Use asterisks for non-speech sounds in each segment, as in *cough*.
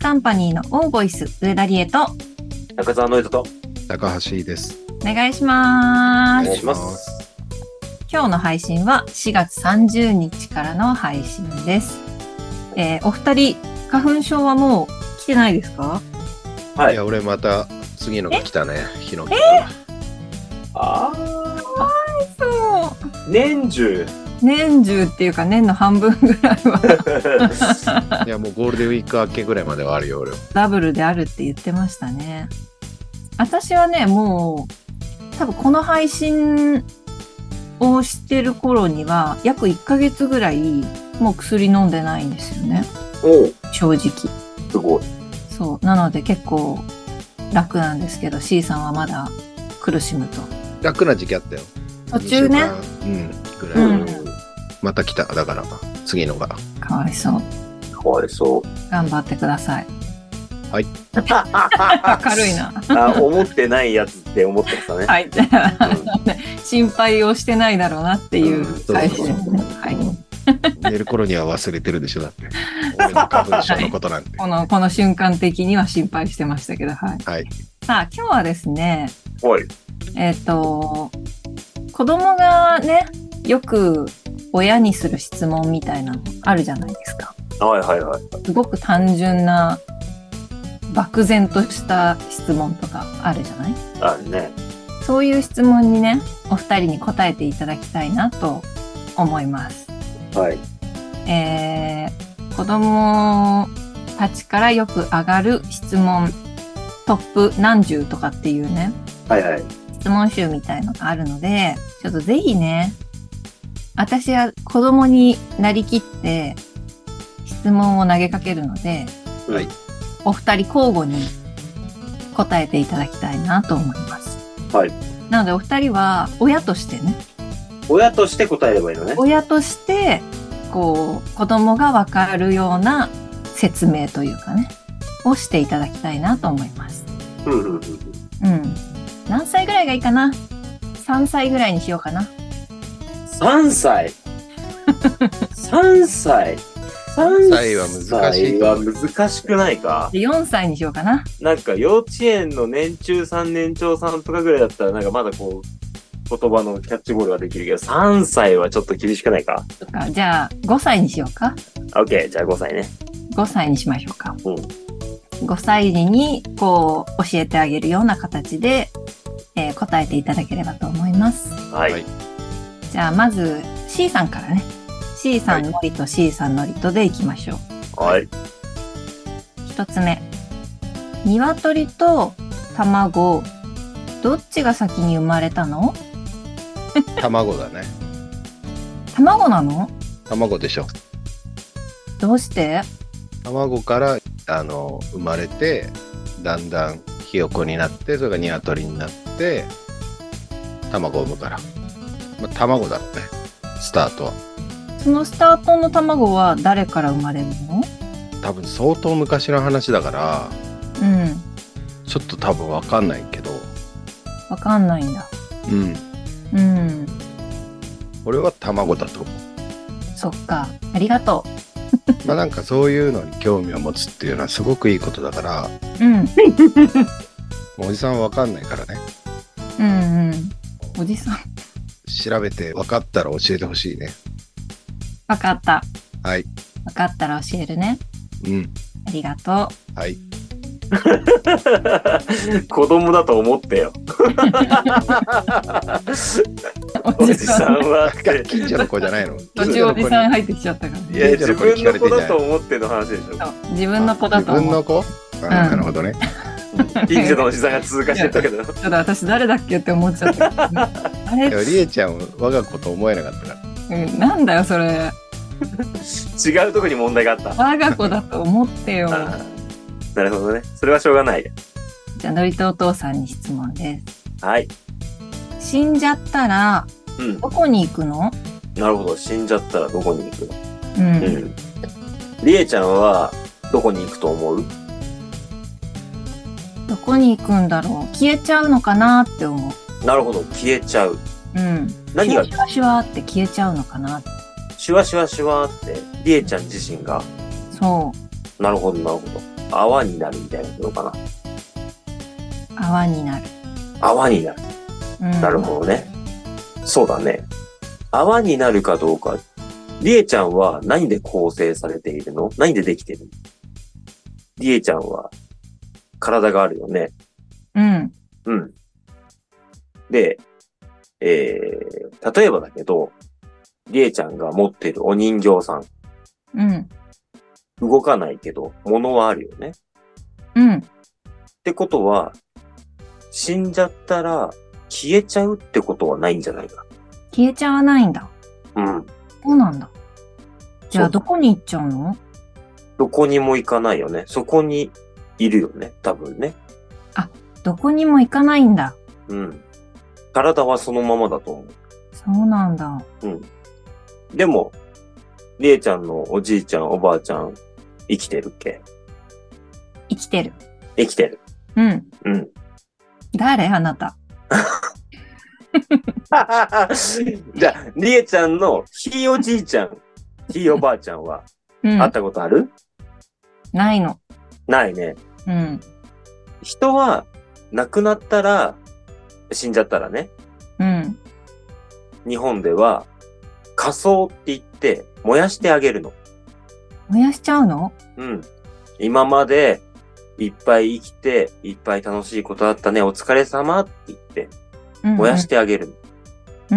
カンパニーのオーボイス上田理恵と中澤ノイズと高橋です。お願いしまおす願いしま。お願いします今日の配信は4月30日からの配信です、えーお二人花粉症はもう来てないですかはいい。や、俺また次のが来たね。ヒノキ。ああ、そ年 *laughs* 中。う年中っていうか年の半分ぐらい *laughs* はいや、もうゴールデンウィーク明けぐらいまではあるよ、俺。ダブルであるって言ってましたね私はねもう多分この配信をしてる頃には約1ヶ月ぐらいもう薬飲んでないんですよねおう正直すごい。そう。なので結構楽なんですけど、C さんはまだ苦しむと。楽な時期あったよ。途中ね。二週間。うん。ぐうらい。ん。また来た。だから、次のが。かわいそう。かわ *laughs* いそう。頑張ってください。はい。明るいな。あ、思ってないやつって思ってたね。はい。 *laughs* 心配をしてないだろうなっていう会社ですね。はい。寝る頃には忘れてるでしょ、*laughs* だって。俺の花粉症のことなんて。この、この瞬間的には心配してましたけど、はい。はい。さあ、今日はですね、はい。えっ、と、子供がね、よく親にする質問みたいなのあるじゃないですか。はいはいはい。すごく単純な漠然とした質問とかあるじゃないあるね。そういう質問にねお二人に答えていただきたいなと思います。はい。えー、子供たちからよく上がる質問トップ何十とかっていうねはいはい。質問集みたいのがあるのでちょっとぜひね私は子供になりきって質問を投げかけるのではいお二人交互に答えていただきたいなと思います。はい。なのでお二人は親としてね、親として答えればいいのね。親として、こう、子供がわかるような説明というかね、をしていただきたいなと思います。うんうんううん。ん。何歳ぐらいがいいかな ?3 歳ぐらいにしようかな。 3歳。3歳。3歳は難しいと思う歳は難しくないか。で4歳にしようかな。なんか幼稚園の年中さん年長さんとかぐらいだったらなんかまだこう言葉のキャッチボールはできるけど3歳はちょっと厳しくないかとか、じゃあ5歳にしようか。あ ?OK じゃあ5歳ね。 5歳にしましょうか。うん5歳児にこう教えてあげるような形で、えー答えていただければと思います。はい。はいじゃあまず C さんからね。C さんはのりと C さんのりとでいきましょう。はい。 *laughs* 一つ目。鶏と卵、どっちが先に生まれたの卵だね。卵なの卵でしょ。どうして卵から、あの、生まれて、だんだんひよこになって、それが鶏になって、卵を産むから。まあ、卵だろうね。スタートは。そのスタートの卵は誰から生まれるの多分相当昔の話だからうん。ちょっと多分わかんないけど、わかんないんだ。うん、うん。俺は卵だと思そっか。ありがとう。う、まあ、なんかそういうのに興味を持つっていうのはすごくいいことだからうん。おじさんはわかんないからねうんうん。おじさん。調べて分かったら教えてほしいねわかった。はいわかったら教えるね。うんありがとはい子供だと思ってよ。う。おじさん。はって。近所の子じゃな *laughs* いの途近中所おの子じにさん入ってきちゃったから *laughs* いね。や、自分の子だと思っての話でしょ。そう自分の子だと自分思のう。子あなるほどね、近所のおじさんが通過してったけ *laughs* ど。ちょっと私誰だっけって思っちゃった。あれ *laughs* いやりえちゃんは我が子と思えなかったからうんなんだよそれ違うとこに問題があった。我が子だと思ってよあーなるほどね。それはしょうがない。じゃあのりとお父さんに質問ではい。す死んじゃったらうん。どこに行くのなるほど。死んじゃったらどこに行くうん、のうん。りえちゃんはどこに行くと思うどこに行くんだろう消えちゃうのかなって思うなるほど。消えちゃう。うん何がシュワシュワって消えちゃうのかなシュワシュワシュワって、りえちゃん自身が。そうなるほど、なるほど。泡になるみたいなことかな。泡になる。泡になる。うん、なるほどね。そうだね。泡になるかどうか。りえちゃんは何で構成されているの何でできてるのりえちゃんは体があるよね。うん。うん。で、えー、例えばだけど、りえちゃんが持ってるお人形さん、うん。動かないけど、物はあるよね。うん。ってことは、死んじゃったら消えちゃうってことはないんじゃないか。消えちゃわないんだ。うん。そうなんだ。じゃそあ、うどこに行っちゃうのどこにも行かないよね。そこにいるよね。多分ね。どこにも行かないんだ。うん。体はそのままだと思そうなんだ。う。でも、りえちゃんのおじいちゃん、おばあちゃん、生きてるっけ生きてる。生きてる。うん。うん。誰あなた。 *laughs* じゃあ、りえちゃんのひいおじいちゃん、ひいおばあちゃんはうん会っ。たことある、ないの。ないね。うん。人は亡くなったら、死んじゃったらね、うん。日本では火葬って言って燃やしてあげるの。燃やしちゃうのうん。今までいっぱい生きて、いっぱい楽しいことあったね、お疲れ様って言ってうん。燃やしてあげるの。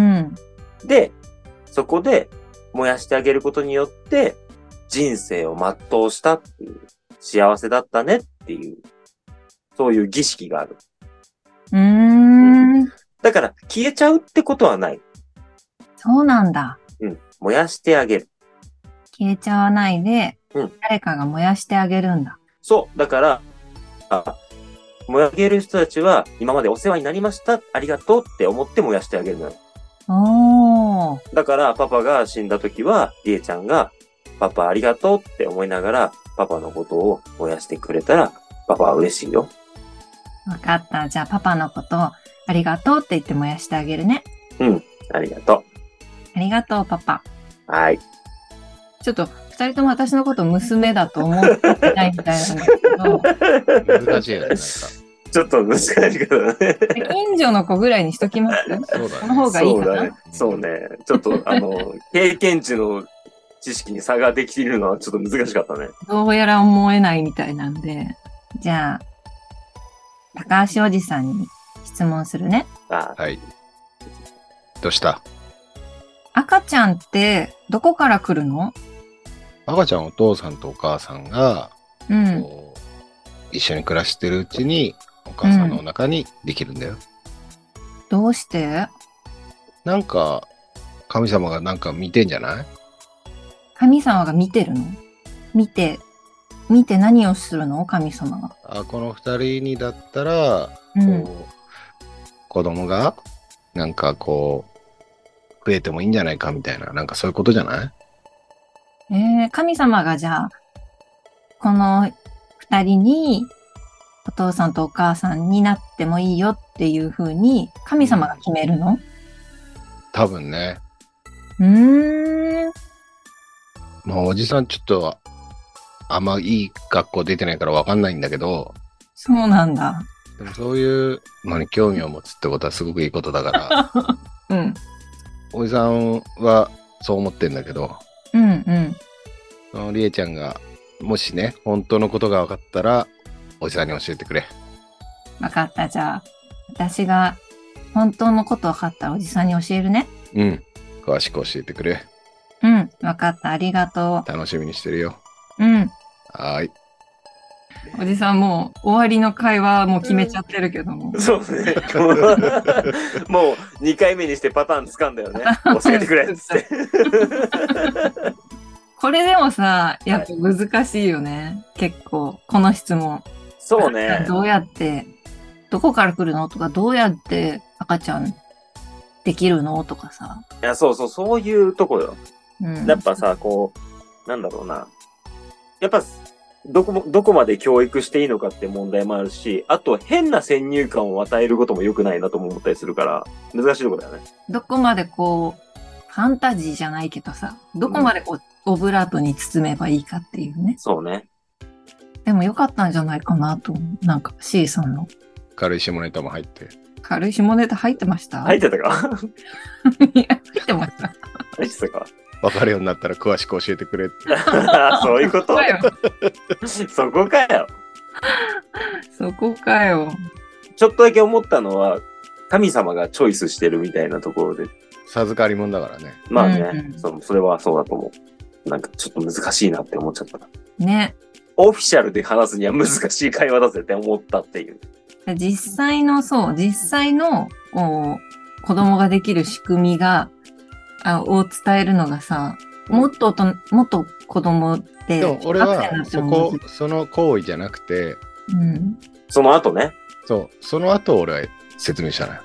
うん。で、そこで燃やしてあげることによって人生を全うしたっていう、幸せだったねっていう、そういう儀式がある。うん。うーん。だから消えちゃうってことはない。そうなんだ。うん。燃やしてあげる。消えちゃわないで、うん誰かが燃やしてあげるんだ。そう。だから、あ燃やげる人たちは、今までお世話になりました。ありがとうって思って燃やしてあげるのよ。おー。だから、パパが死んだ時は、りえちゃんが、パパありがとうって思いながら、パパのことを燃やしてくれたら、パパは嬉しいよ。わかった。じゃあ、パパのこと、ありがとうって言って燃やしてあげるね。ありがとありがとう、パパ。う。はい。ちょっと、二人とも私のこと娘だと思ってないみたいなんですけど、難しいよね、なんか。そちょっと難しいけどね。近所の子ぐらいにしときますうだこねの。方がいいそうかだねな。。そうね。ちょっと、*laughs* あの、経験値の知識に差ができているのはちょっと難しかったね。どうやら思えないみたいなんで、じゃあ、高橋おじさんに質問するね。あはい。どうした赤ちゃんってどこから来るの赤ちゃんお父さんとお母さんが、うん。こう一緒に暮らしてるうちにお母さんのお腹にできるんだよ。どうしてなんか神様がなんか見てんじゃない神様が見てるの見て、見て何をするの神様が。あこの二人にだったらうこう、ん。子供がなんかこう増えてもいいんじゃないかみたいななんかそういうことじゃないえー神様がじゃあ、この二人に、お父さんとお母さんになってもいいよっていう風に、神様が決めるの多分ね、うーん。まあ、おじさんちょっとあんまいい学校出てないからわかんないんだけどそうなんだ。でもそういうのに興味を持つってことはすごくいいことだから *laughs* うん。おじさんはそう思ってんだけどうんうん。そのりえちゃんがもしね本当のことが分かったらおじさんに教えてくれわかった。じゃあ、私が本当のこと分かったらおじさんに教えるね。うん詳しく教えてくれうん。わかった。ありがと楽しみにしてるよう。うん。はーいおじさんもう終わりの会話もう決めちゃってるけども。そうね。 *laughs* もう2回目にしてパターン掴んだよ *laughs* ね。教えてくれっつって。これでもさ、やっぱ難しいよね。結構、この質問。そうね。どうやって、どこから来るのとか、どうやって赤ちゃんできるのとかさ。いや、そうそう、そういうとこよ。うん。やっぱさ、こう、なんだろうな。やっぱ、どこも、どこまで教育していいのかって問題もあるし、あと変な先入観を与えることも良くないなとも思ったりするから、難しいとこだよね。どこまでこう、ファンタジーじゃないけどさ、どこまでこう、オブラートに包めばいいかっていうね。そうね。でも良かったんじゃないかなと思う。なんか C さんの軽い下ネタも入って。軽い下ネタ入ってました入ってたかいや *laughs* 入ってま *laughs* した。入ってたか分かるようになったら詳しく教えてくれって。 *laughs* そういうことだよそこかよ。そこかよ。ちょっとだけ思ったのは、神様がチョイスしてるみたいなところで、授かり物だからね。まあね、うんうんそのそれはそうだと思う。なんかちょっと難しいなって思っちゃった。ね。オフィシャルで話すには難しい会話だぜって思ったっていう。実際の、そう、実際の、こう、子供ができる仕組みが、あを伝えるのがさ、もっと大人、もっと子供って、でも俺小学生になはってもそこ、その行為じゃなくて、うん。その後ね、そう、その後俺は説明したのよ。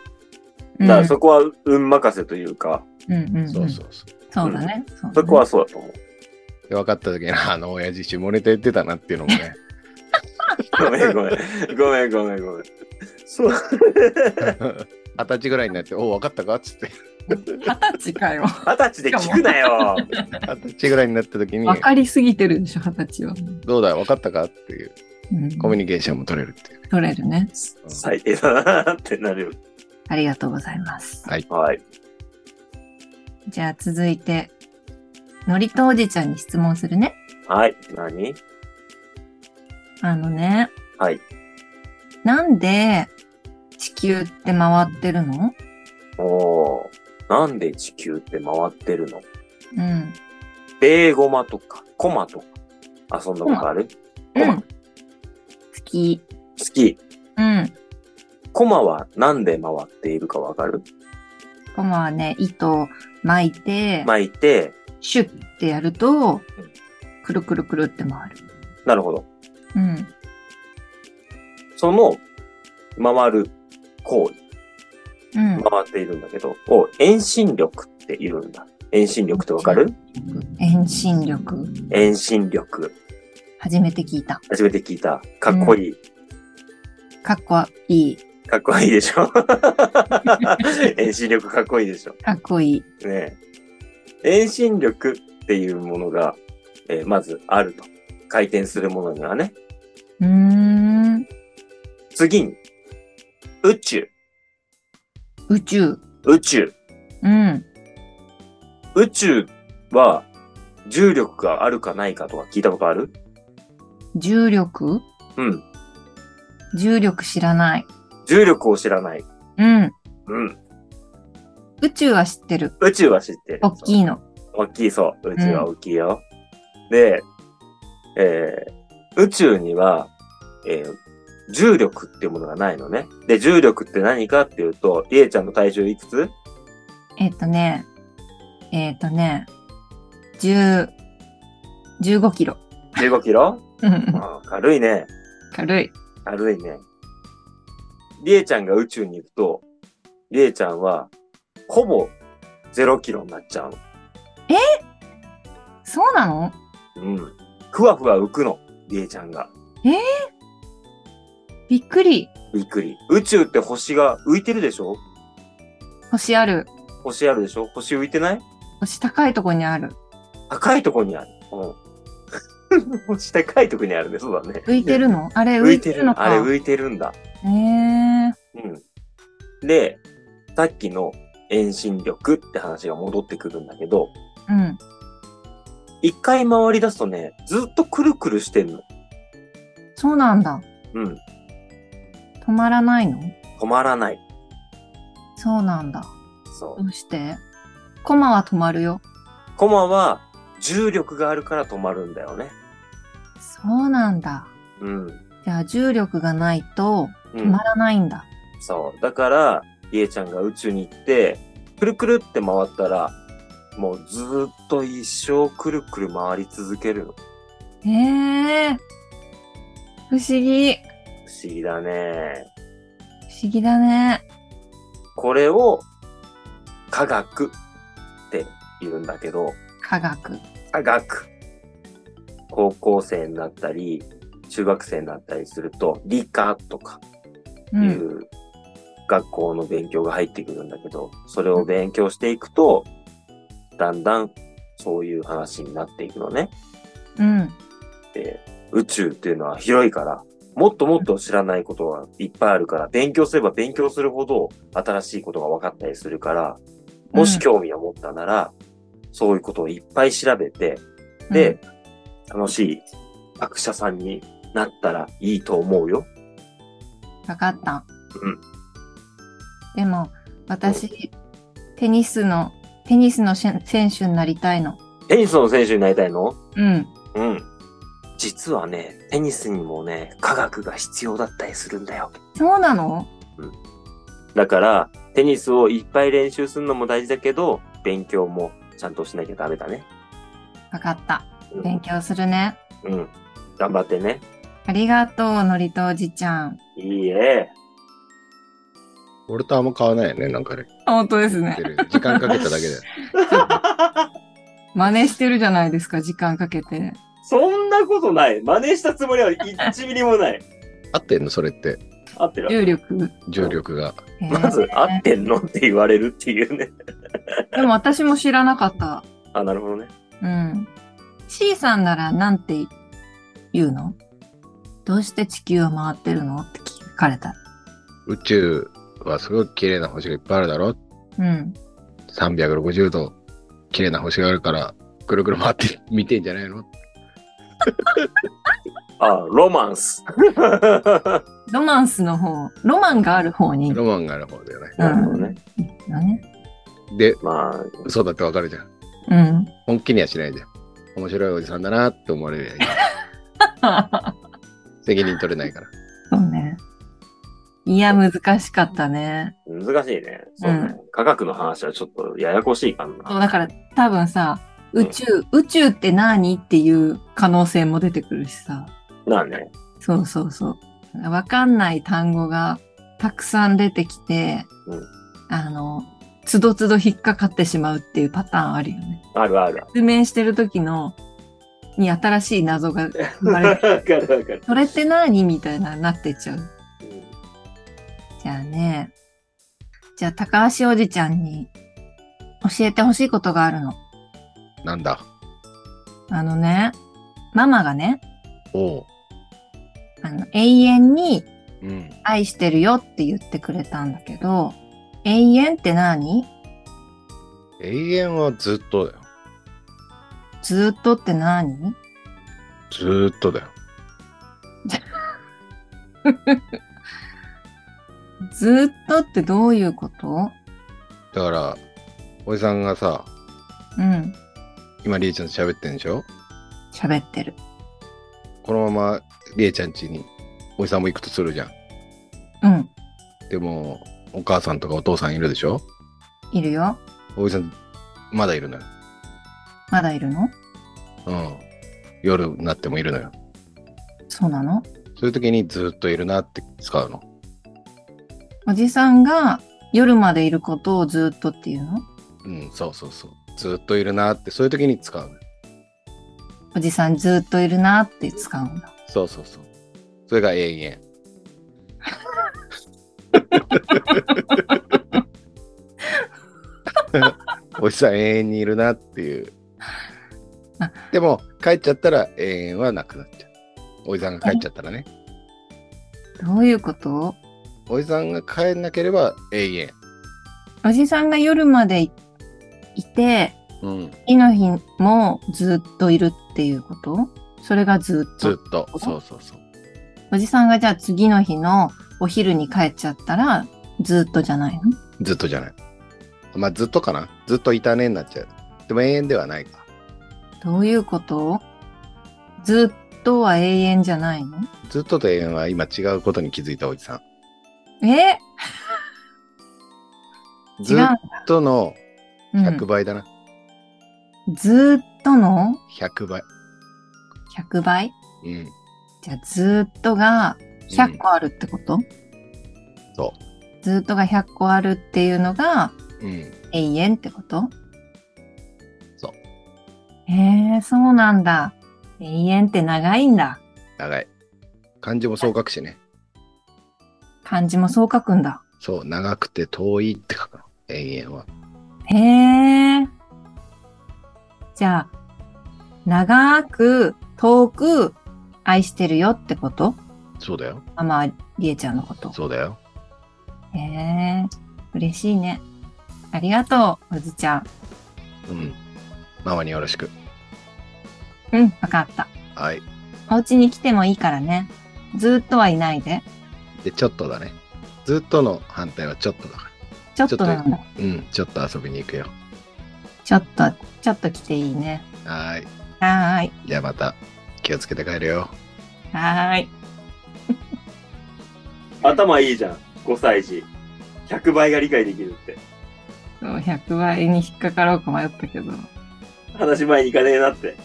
うんだからそこは運任せというか、うんうん、。そううんそうそう。そうだね。そうだねそこはそ *laughs* うだと思う。で、分かった時に、あの親父下ネタ言ってたなっていうのも *laughs* ね。ごめんごめん。ごめんごめんごめん。そう。二十歳ぐらいになって、お分かったかっ *laughs* つって。二十歳かよ。二十歳で聞くなよ。二十歳ぐらいになった時に、わかりすぎてるでしょ、二十歳は。どうだ、分かったかっていううん、コミュニケーションも取れるっていう。取れるね。最低だなってなるよ。ありがとうございます。はい。じゃあ続いて、のりとおじちゃんに質問するね。はい。何あのね。はい。なんで地球って回ってるのおーなんで地球って回ってるのうん。ベーゴマとか、コマとか、遊んだことあるコうマん。好き。好き。うん。コマはなんで回っているかわかるコマはね、糸を巻いて、巻いて、シュッてやると、くるくるくるって回る。なるほど。うん。その、回る行為、うん。回っているんだけど、を遠心力って言うんだ。遠心力ってわかる遠心力。遠心力。初めて聞いた。初めて聞いた。かっこいい。かっこいい。かっこいいでしょ遠心力かっこいいでしょかっこいい。ねえ遠心力っていうものが、えーまずあると。回転するものにはね。うーん。次に、宇宙、宇宙。宇宙。うん。宇宙は重力があるかないかとか聞いたことある重力うん。重力知らない。重力を知らない。うん。うん。宇宙は知ってる。宇宙は知ってる。大きいの。大きいそう。宇宙は大きいよ。で、えー宇宙には、えー重力っていうものがないのね。で、重力って何かっていうと、りえちゃんの体重いくつえっ、とね。えっ、とね。十、十五キロ。 ?15 キロうんあー軽いね。軽い。軽いね。りえちゃんが宇宙に行くと、りえちゃんは、ほぼ0キロになっちゃうそうなのの。うん。ふわふわ浮くの、りえちゃんが。びっくり。びっくり。宇宙って星が浮いてるでしょ星ある。星あるでしょ星浮いてない星高いとこにある。高いとこにある。うん。 *laughs* 星高いとこにあるね。そうだね。浮いてるのあれ浮浮いいててるるのか。あれ浮いてるんだ。えー。うん。で、さっきの遠心力って話が戻ってくるんだけど、うん。一回回り出すとね、ずっとくるくるしてんの。そうなんだ。うん。止まらないの止まらない。そうなんだ。そどうしてコマは止まるよ。う。コマは重力があるから止まるんだよね。そうなんだ。うん。じゃあ重力がないとう止んま。らないんだ。そう。だから、りえちゃんが宇宙に行って、くるくるって回ったら、もうずーっと一生くるくる回り続けるの。へえ。不思議。不思議だね。不思議だね。これを科学って言うんだけど、科学。科学。高校生になったり、中学生になったりすると、理科とかういん。う学校の勉強が入ってくるんだけど、それを勉強していくと、だんだんそういう話になっていくのね。うん。で宇宙っていうのは広いから、もっともっと知らないことがいっぱいあるから、勉強すれば勉強するほど新しいことが分かったりするから、もし興味を持ったなら、そういうことをいっぱい調べて、で、楽しい学者さんになったらいいと思うよ。わかった。うんでも、私、テニスの、テニスのし選手になりたいの。テニスの選手になりたいのうん。うん。実はね、テニスにもね、科学が必要だったりするんだよ。そうなのだから、テニスをいっぱい練習するのも大事だけど、勉強もちゃんとしなきゃダメだね。わかった。うん勉強するね。うん。頑張ってね。ありがとう、のりとおじちゃん。いいえ。俺とあんま変わらないよね、なんかね。本当です言ねって。る時間かけただけで。真似してるじゃないですか、時間かけて。そんなことない。真似したつもりは1ミリもない。 *laughs* 合ってんのそれって、合ってる。重力。重力が。えーまず、合ってんのって言われるっていうね。 *laughs* でも私も知らなかった。あ、なるほどね。うん。C さんならなんて言うのどうして地球を回ってるのって聞かれた。宇宙はすごく綺麗な星がいっぱいあるだろうん。 360度綺麗な星があるからぐるぐる回って *laughs* 見てんじゃないのあ、ロマンス。ロマンスの方、ロマンがある方に。ロマンがある方だよね。なるほどね。うんだね。でまあ、嘘だってわかるじゃん。 *laughs* うん。本気にはしないじゃん。面白いおじさんだなって思われるやん *laughs* 責任取れないから。そうね。いや、難しかったね。難しいね。そうね。科学の話はちょっとややこしいかそう、な。だから多分さ、宇宙、宇宙って何っていう可能性も出てくるしさ。なあね。そうそうそう。わかんない単語がたくさん出てきて、うんあの、つどつど引っかかってしまうっていうパターンあるよね。あるある。説明してる時の、に新しい謎が生まれわか *laughs* る。るわかる。それって何みたいな、なってっちゃう。じゃあね。じゃあ、高橋おじちゃんに教えてほしいことがあるの。なんだあのね、ママがね、おう。あの、永遠にうん。愛してるよって言ってくれたんだけど、永遠って何永遠はずっとだよ。ずーっとって何ずーっとだよ。ずーっとってどういうことだから、おじさんがさ、うん。今りえちゃんと喋ってんでしょ喋ってる。このままりえちゃん家におじさんも行くとするじゃん。うん。でも、お母さんとかお父さんいるでしょいるよ。おじさん、まだいるのよ。まだいるのうん。夜になってもいるのよ。そうなのそういう時にずっといるなって使うの。おじさんが夜までいることをずーっとっていうのうん、そうそうそう。ずっといるなって、そういう時に使うの。おじさんずーっといるなって使うんだ。そうそうそう。それが永遠。 *laughs* おじさん永遠にいるなっていうあ。でも帰っちゃったら永遠はなくなっちゃう。おじさんが帰っちゃったらね。どういうことおじさんが帰んなければ永遠。おじさんが夜までいいて、うん、次の日もずっといるっていうことそれがずっとず。っと。そうそうそう。おじさんがじゃあ次の日のお昼に帰っちゃったら、ずっとじゃないのずっとじゃない。まあずっとかな。ずっといたねになっちゃう。でも永遠ではないか。どういうことずっとは永遠じゃないのずっとと永遠は今違うことに気づいたおじさえん。違ずうっんだ。とのうん100、倍だな。ずっとの100倍。 100倍うん。じゃあずっとが100個あるってこと、そずっとが100個あるっていうのがう。うん。永遠ってことそう。へえ、そうなんだ。永遠って長いんだ。長い。漢字もそう書くしね。漢字もそう書くんだ。そう、長くて遠いって書くの。永遠は。へえ。じゃあ、長く、遠く、愛してるよってことそうだよ。ママ、りえちゃんのこと。そうだよ。へえ、嬉しいね。ありがとう、うずちゃん。うん。ママによろしく。うん、わかった。はい。お家に来てもいいからね。ずーっとはいないで。で、ちょっとだね。ずっとの反対はちょっとだかちょっとなんだ。ら。うん。ちょっと遊びに行くよ。ちょっと、ちょっと来ていいね。はーい。はーい。じゃあまた気をつけて帰るよ。はーい。頭いいじゃん。5歳児。100倍が理解できるって。そう、100倍に引っかかろうか迷ったけど。話前に行かねえなって。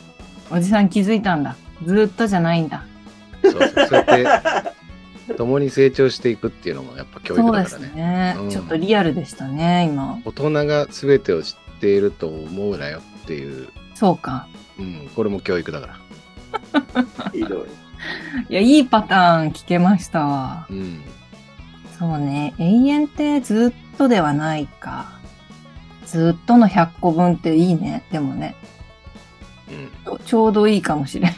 おじさん気づいたんだ。ずーっとじゃないんだ。そうそう。そうやって共に成長していくっていうのもやっぱ教育そうだでかすらね。ね、うんちょっとリアルでしたね、今。大人が全てを知っていると思うなよっていう、そうか。うん、これも教育だから。ひどい。いや、いいパターン聞けましたわ。うん。そうね。永遠ってずっとではないか。ずっとの100個分っていいね。でもね。うん。ちょちょうどいいかもしれない。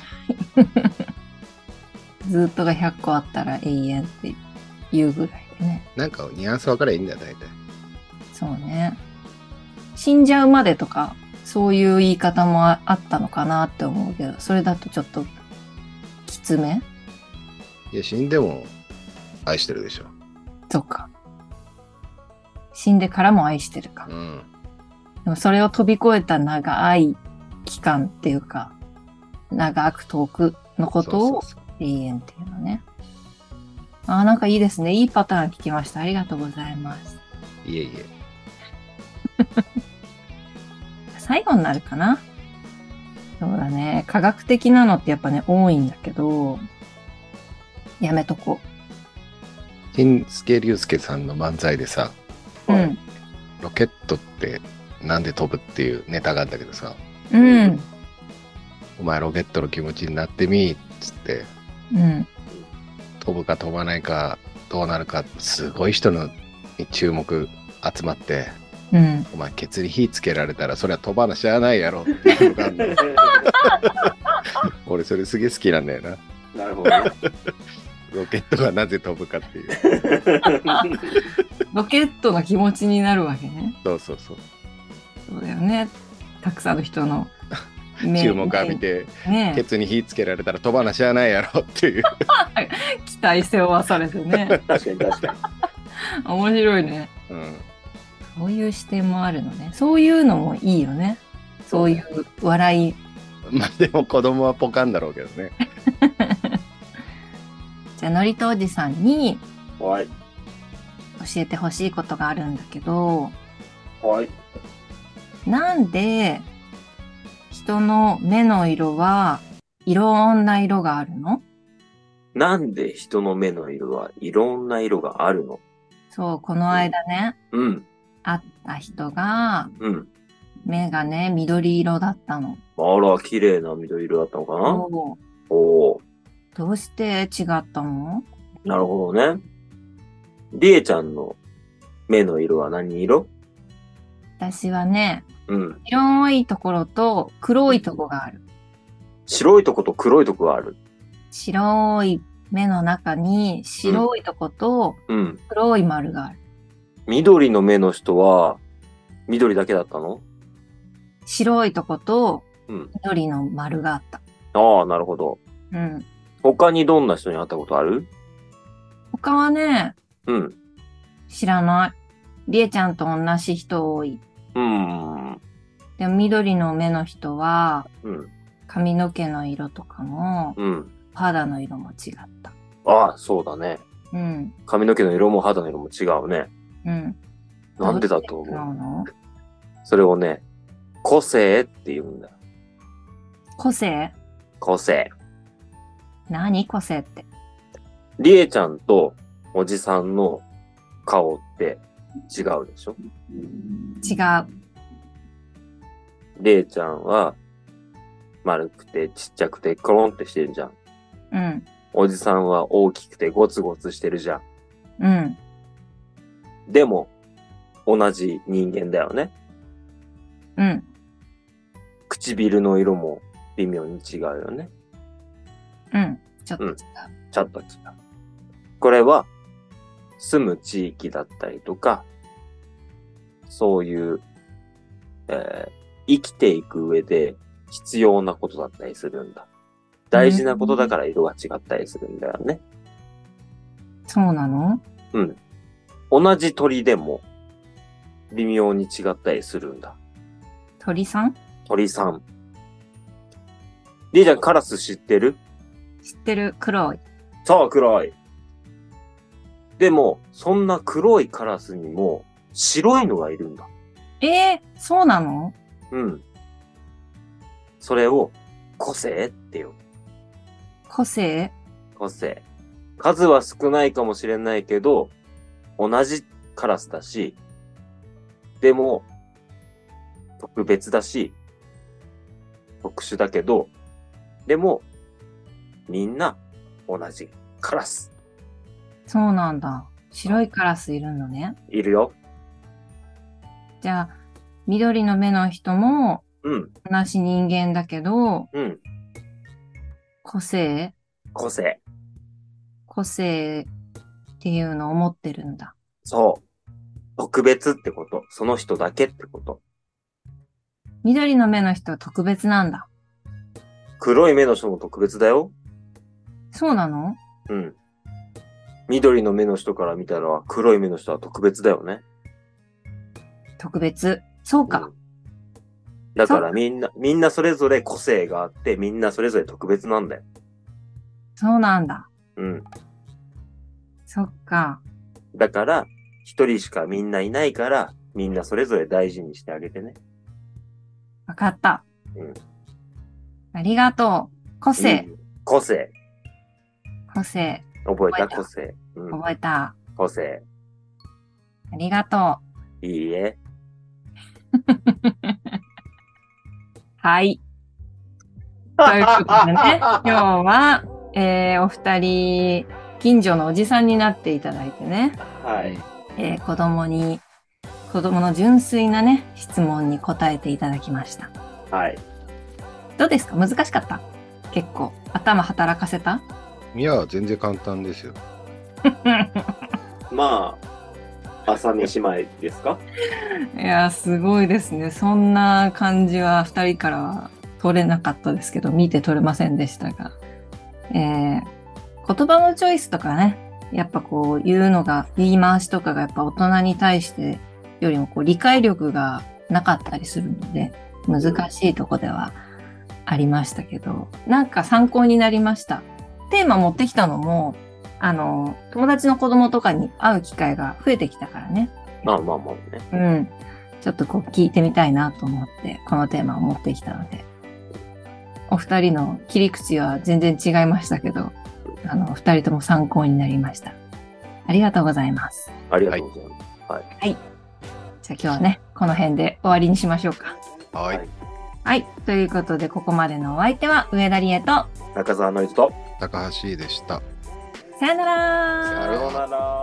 *laughs* ずっとが100個あったら永遠っていうぐらいでね。なんかニュアンス分からいいんだよ、大体。そうね。死んじゃうまでとか、そういう言い方もああったのかなって思うけど、それだとちょっと、きつめいや、死んでも愛してるでしょ。とか。死んでからも愛してるかう。ん。でもそれを飛び越えた長い期間っていうか、長く遠くのことをそうそう永遠っていうのね。ああ、なんかいいですね。いいパターン聞きました。ありがとうございます。そういえいえ。最後になるかなそうだね。科学的なのってやっぱね、多いんだけど、やめとこ金助龍介さんの漫才でさ、う。うん。ロケットってなんで飛ぶっていうネタがあったけどさ、うん。お前ロケットの気持ちになってみーっつって、うん。飛ぶか飛ばないかどうなるかすごい人のに注目集まってうん。お前ケツに火つけられたらそれは飛ばなしゃあないやろっていうのがあん *laughs* の俺それすげえ好きなんだよななるほどね。ロケットがなぜ飛ぶかっていうロケットの気持ちになるわけね。そうそうそうそうだよね。たくさんの人 *laughs* の注目浴びて目。ね *laughs* ケツに火つけられたら飛ばなしゃあないやろっていう期待背負わされて *laughs* ね確かに確か面白いねうんそういう視点もあるのねそういうのもいいよねそういう笑いまあでも子供はポカンだろうけどねじゃあのりとおじさんにに。はい。教えてほしいことがあるんだけどはい。なんで人の目の色はいろんな色があるのなんで人の目の色はいろんな色があるのそうこの間ねうん。会った人がうん。目がね緑色だったのあら、綺麗な緑色だったのかなおうおおどうして違ったのなるほどね。りえちゃんの目の色は何色私はねうん。白いところと黒いところがある白いとこと黒いとこがある。白い目の中に白いとことうん。黒い丸がある。緑の目の人は、緑だけだったの白いとことうん緑の丸があった。ああ、なるほど。うん。他にどんな人に会ったことある他はね、うん。知らない。りえちゃんと同じ人多い。うん。でも緑の目の人はうん。髪の毛の色とかもうん。肌の色も違った。ああ、そうだね。うん。髪の毛の色も肌の色も違うね。うん。なんでだとどうして違思ううのそれをね、個性って言うんだよ。個性個性。何個性って。りえちゃんとおじさんの顔って違うでしょ違う。りえちゃんは丸くてちっちゃくてコロンってしてるじゃん。うん。おじさんは大きくてゴツゴツしてるじゃん。うん。でも、同じ人間だよね。うん。唇の色も微妙に違うよね。うん。ちょっと違う。ちょっと違う。これは、住む地域だったりとか、そういう、えー生きていく上で必要なことだったりするんだ。大事なことだから色が違ったりするんだよね。そうなの同じ鳥でも微妙に違ったりするんだ。鳥さん鳥さん。りーちゃん、カラス知ってる知ってる黒い。そう、黒い。でも、そんな黒いカラスにも白いのがいるんだ。えー、そうなのうん。それを個性っていう。個性個性。数は少ないかもしれないけど、同じカラスだし、でも、特別だし、特殊だけど、でも、みんな同じカラスそうなんだ。白いカラスいるのね。いるよ。じゃあ、緑の目の人もうん、同じ人間だけど、うん、個性個性。個性っていうのを持ってるんだ。そう。特別ってこと。その人だけってこと。緑の目の人は特別なんだ。黒い目の人も特別だよ。そうなのうん。緑の目の人から見たら黒い目の人は特別だよね。特別。そううかん。だかそらみんな、みんなそれぞれ個性があって、みんなそれぞれ特別なんだよ。そうなんだ。うん。そっか。だから、一人しかみんないないから、みんなそれぞれ大事にしてあげてね。わかった。うんありがとう。個性、うん。個性。個性、覚えた覚えた個性。うん。覚えた。個性。ありがといいえ。う。 *laughs* はい。ということでね、今日は、えーお二人、近所のおじさんになっていただいてね、はい。えー子供に、子供の純粋なね、質問に答えていただきました。はい。どうですか難しかった結構。頭働かせたいや、全然簡単ですよ。まあ、朝飯前ですかいやーすごいですねそんな感じは2人からは取れなかったですけど見て取れませんでしたが、えー言葉のチョイスとかねやっぱこう言うのが言い回しとかがやっぱ大人に対してよりもこう理解力がなかったりするので難しいとこではありましたけどなんか参考になりましたテーマ持ってきたのもあの友達の子供とかに会う機会が増えてきたからねまあまあまあね。うん。ちょっとこう聞いてみたいなと思って、このテーマを持ってきたので。お二人の切り口は全然違いましたけど、あの、お二人とも参考になりました。ありがとうございます。ありがとうございます。じゃあ今日はね、この辺で終わりにしましょうか。はい。はい。ということで、ここまでのお相手は上田理恵と、中澤のりと。高橋でした。さよならさよならなら。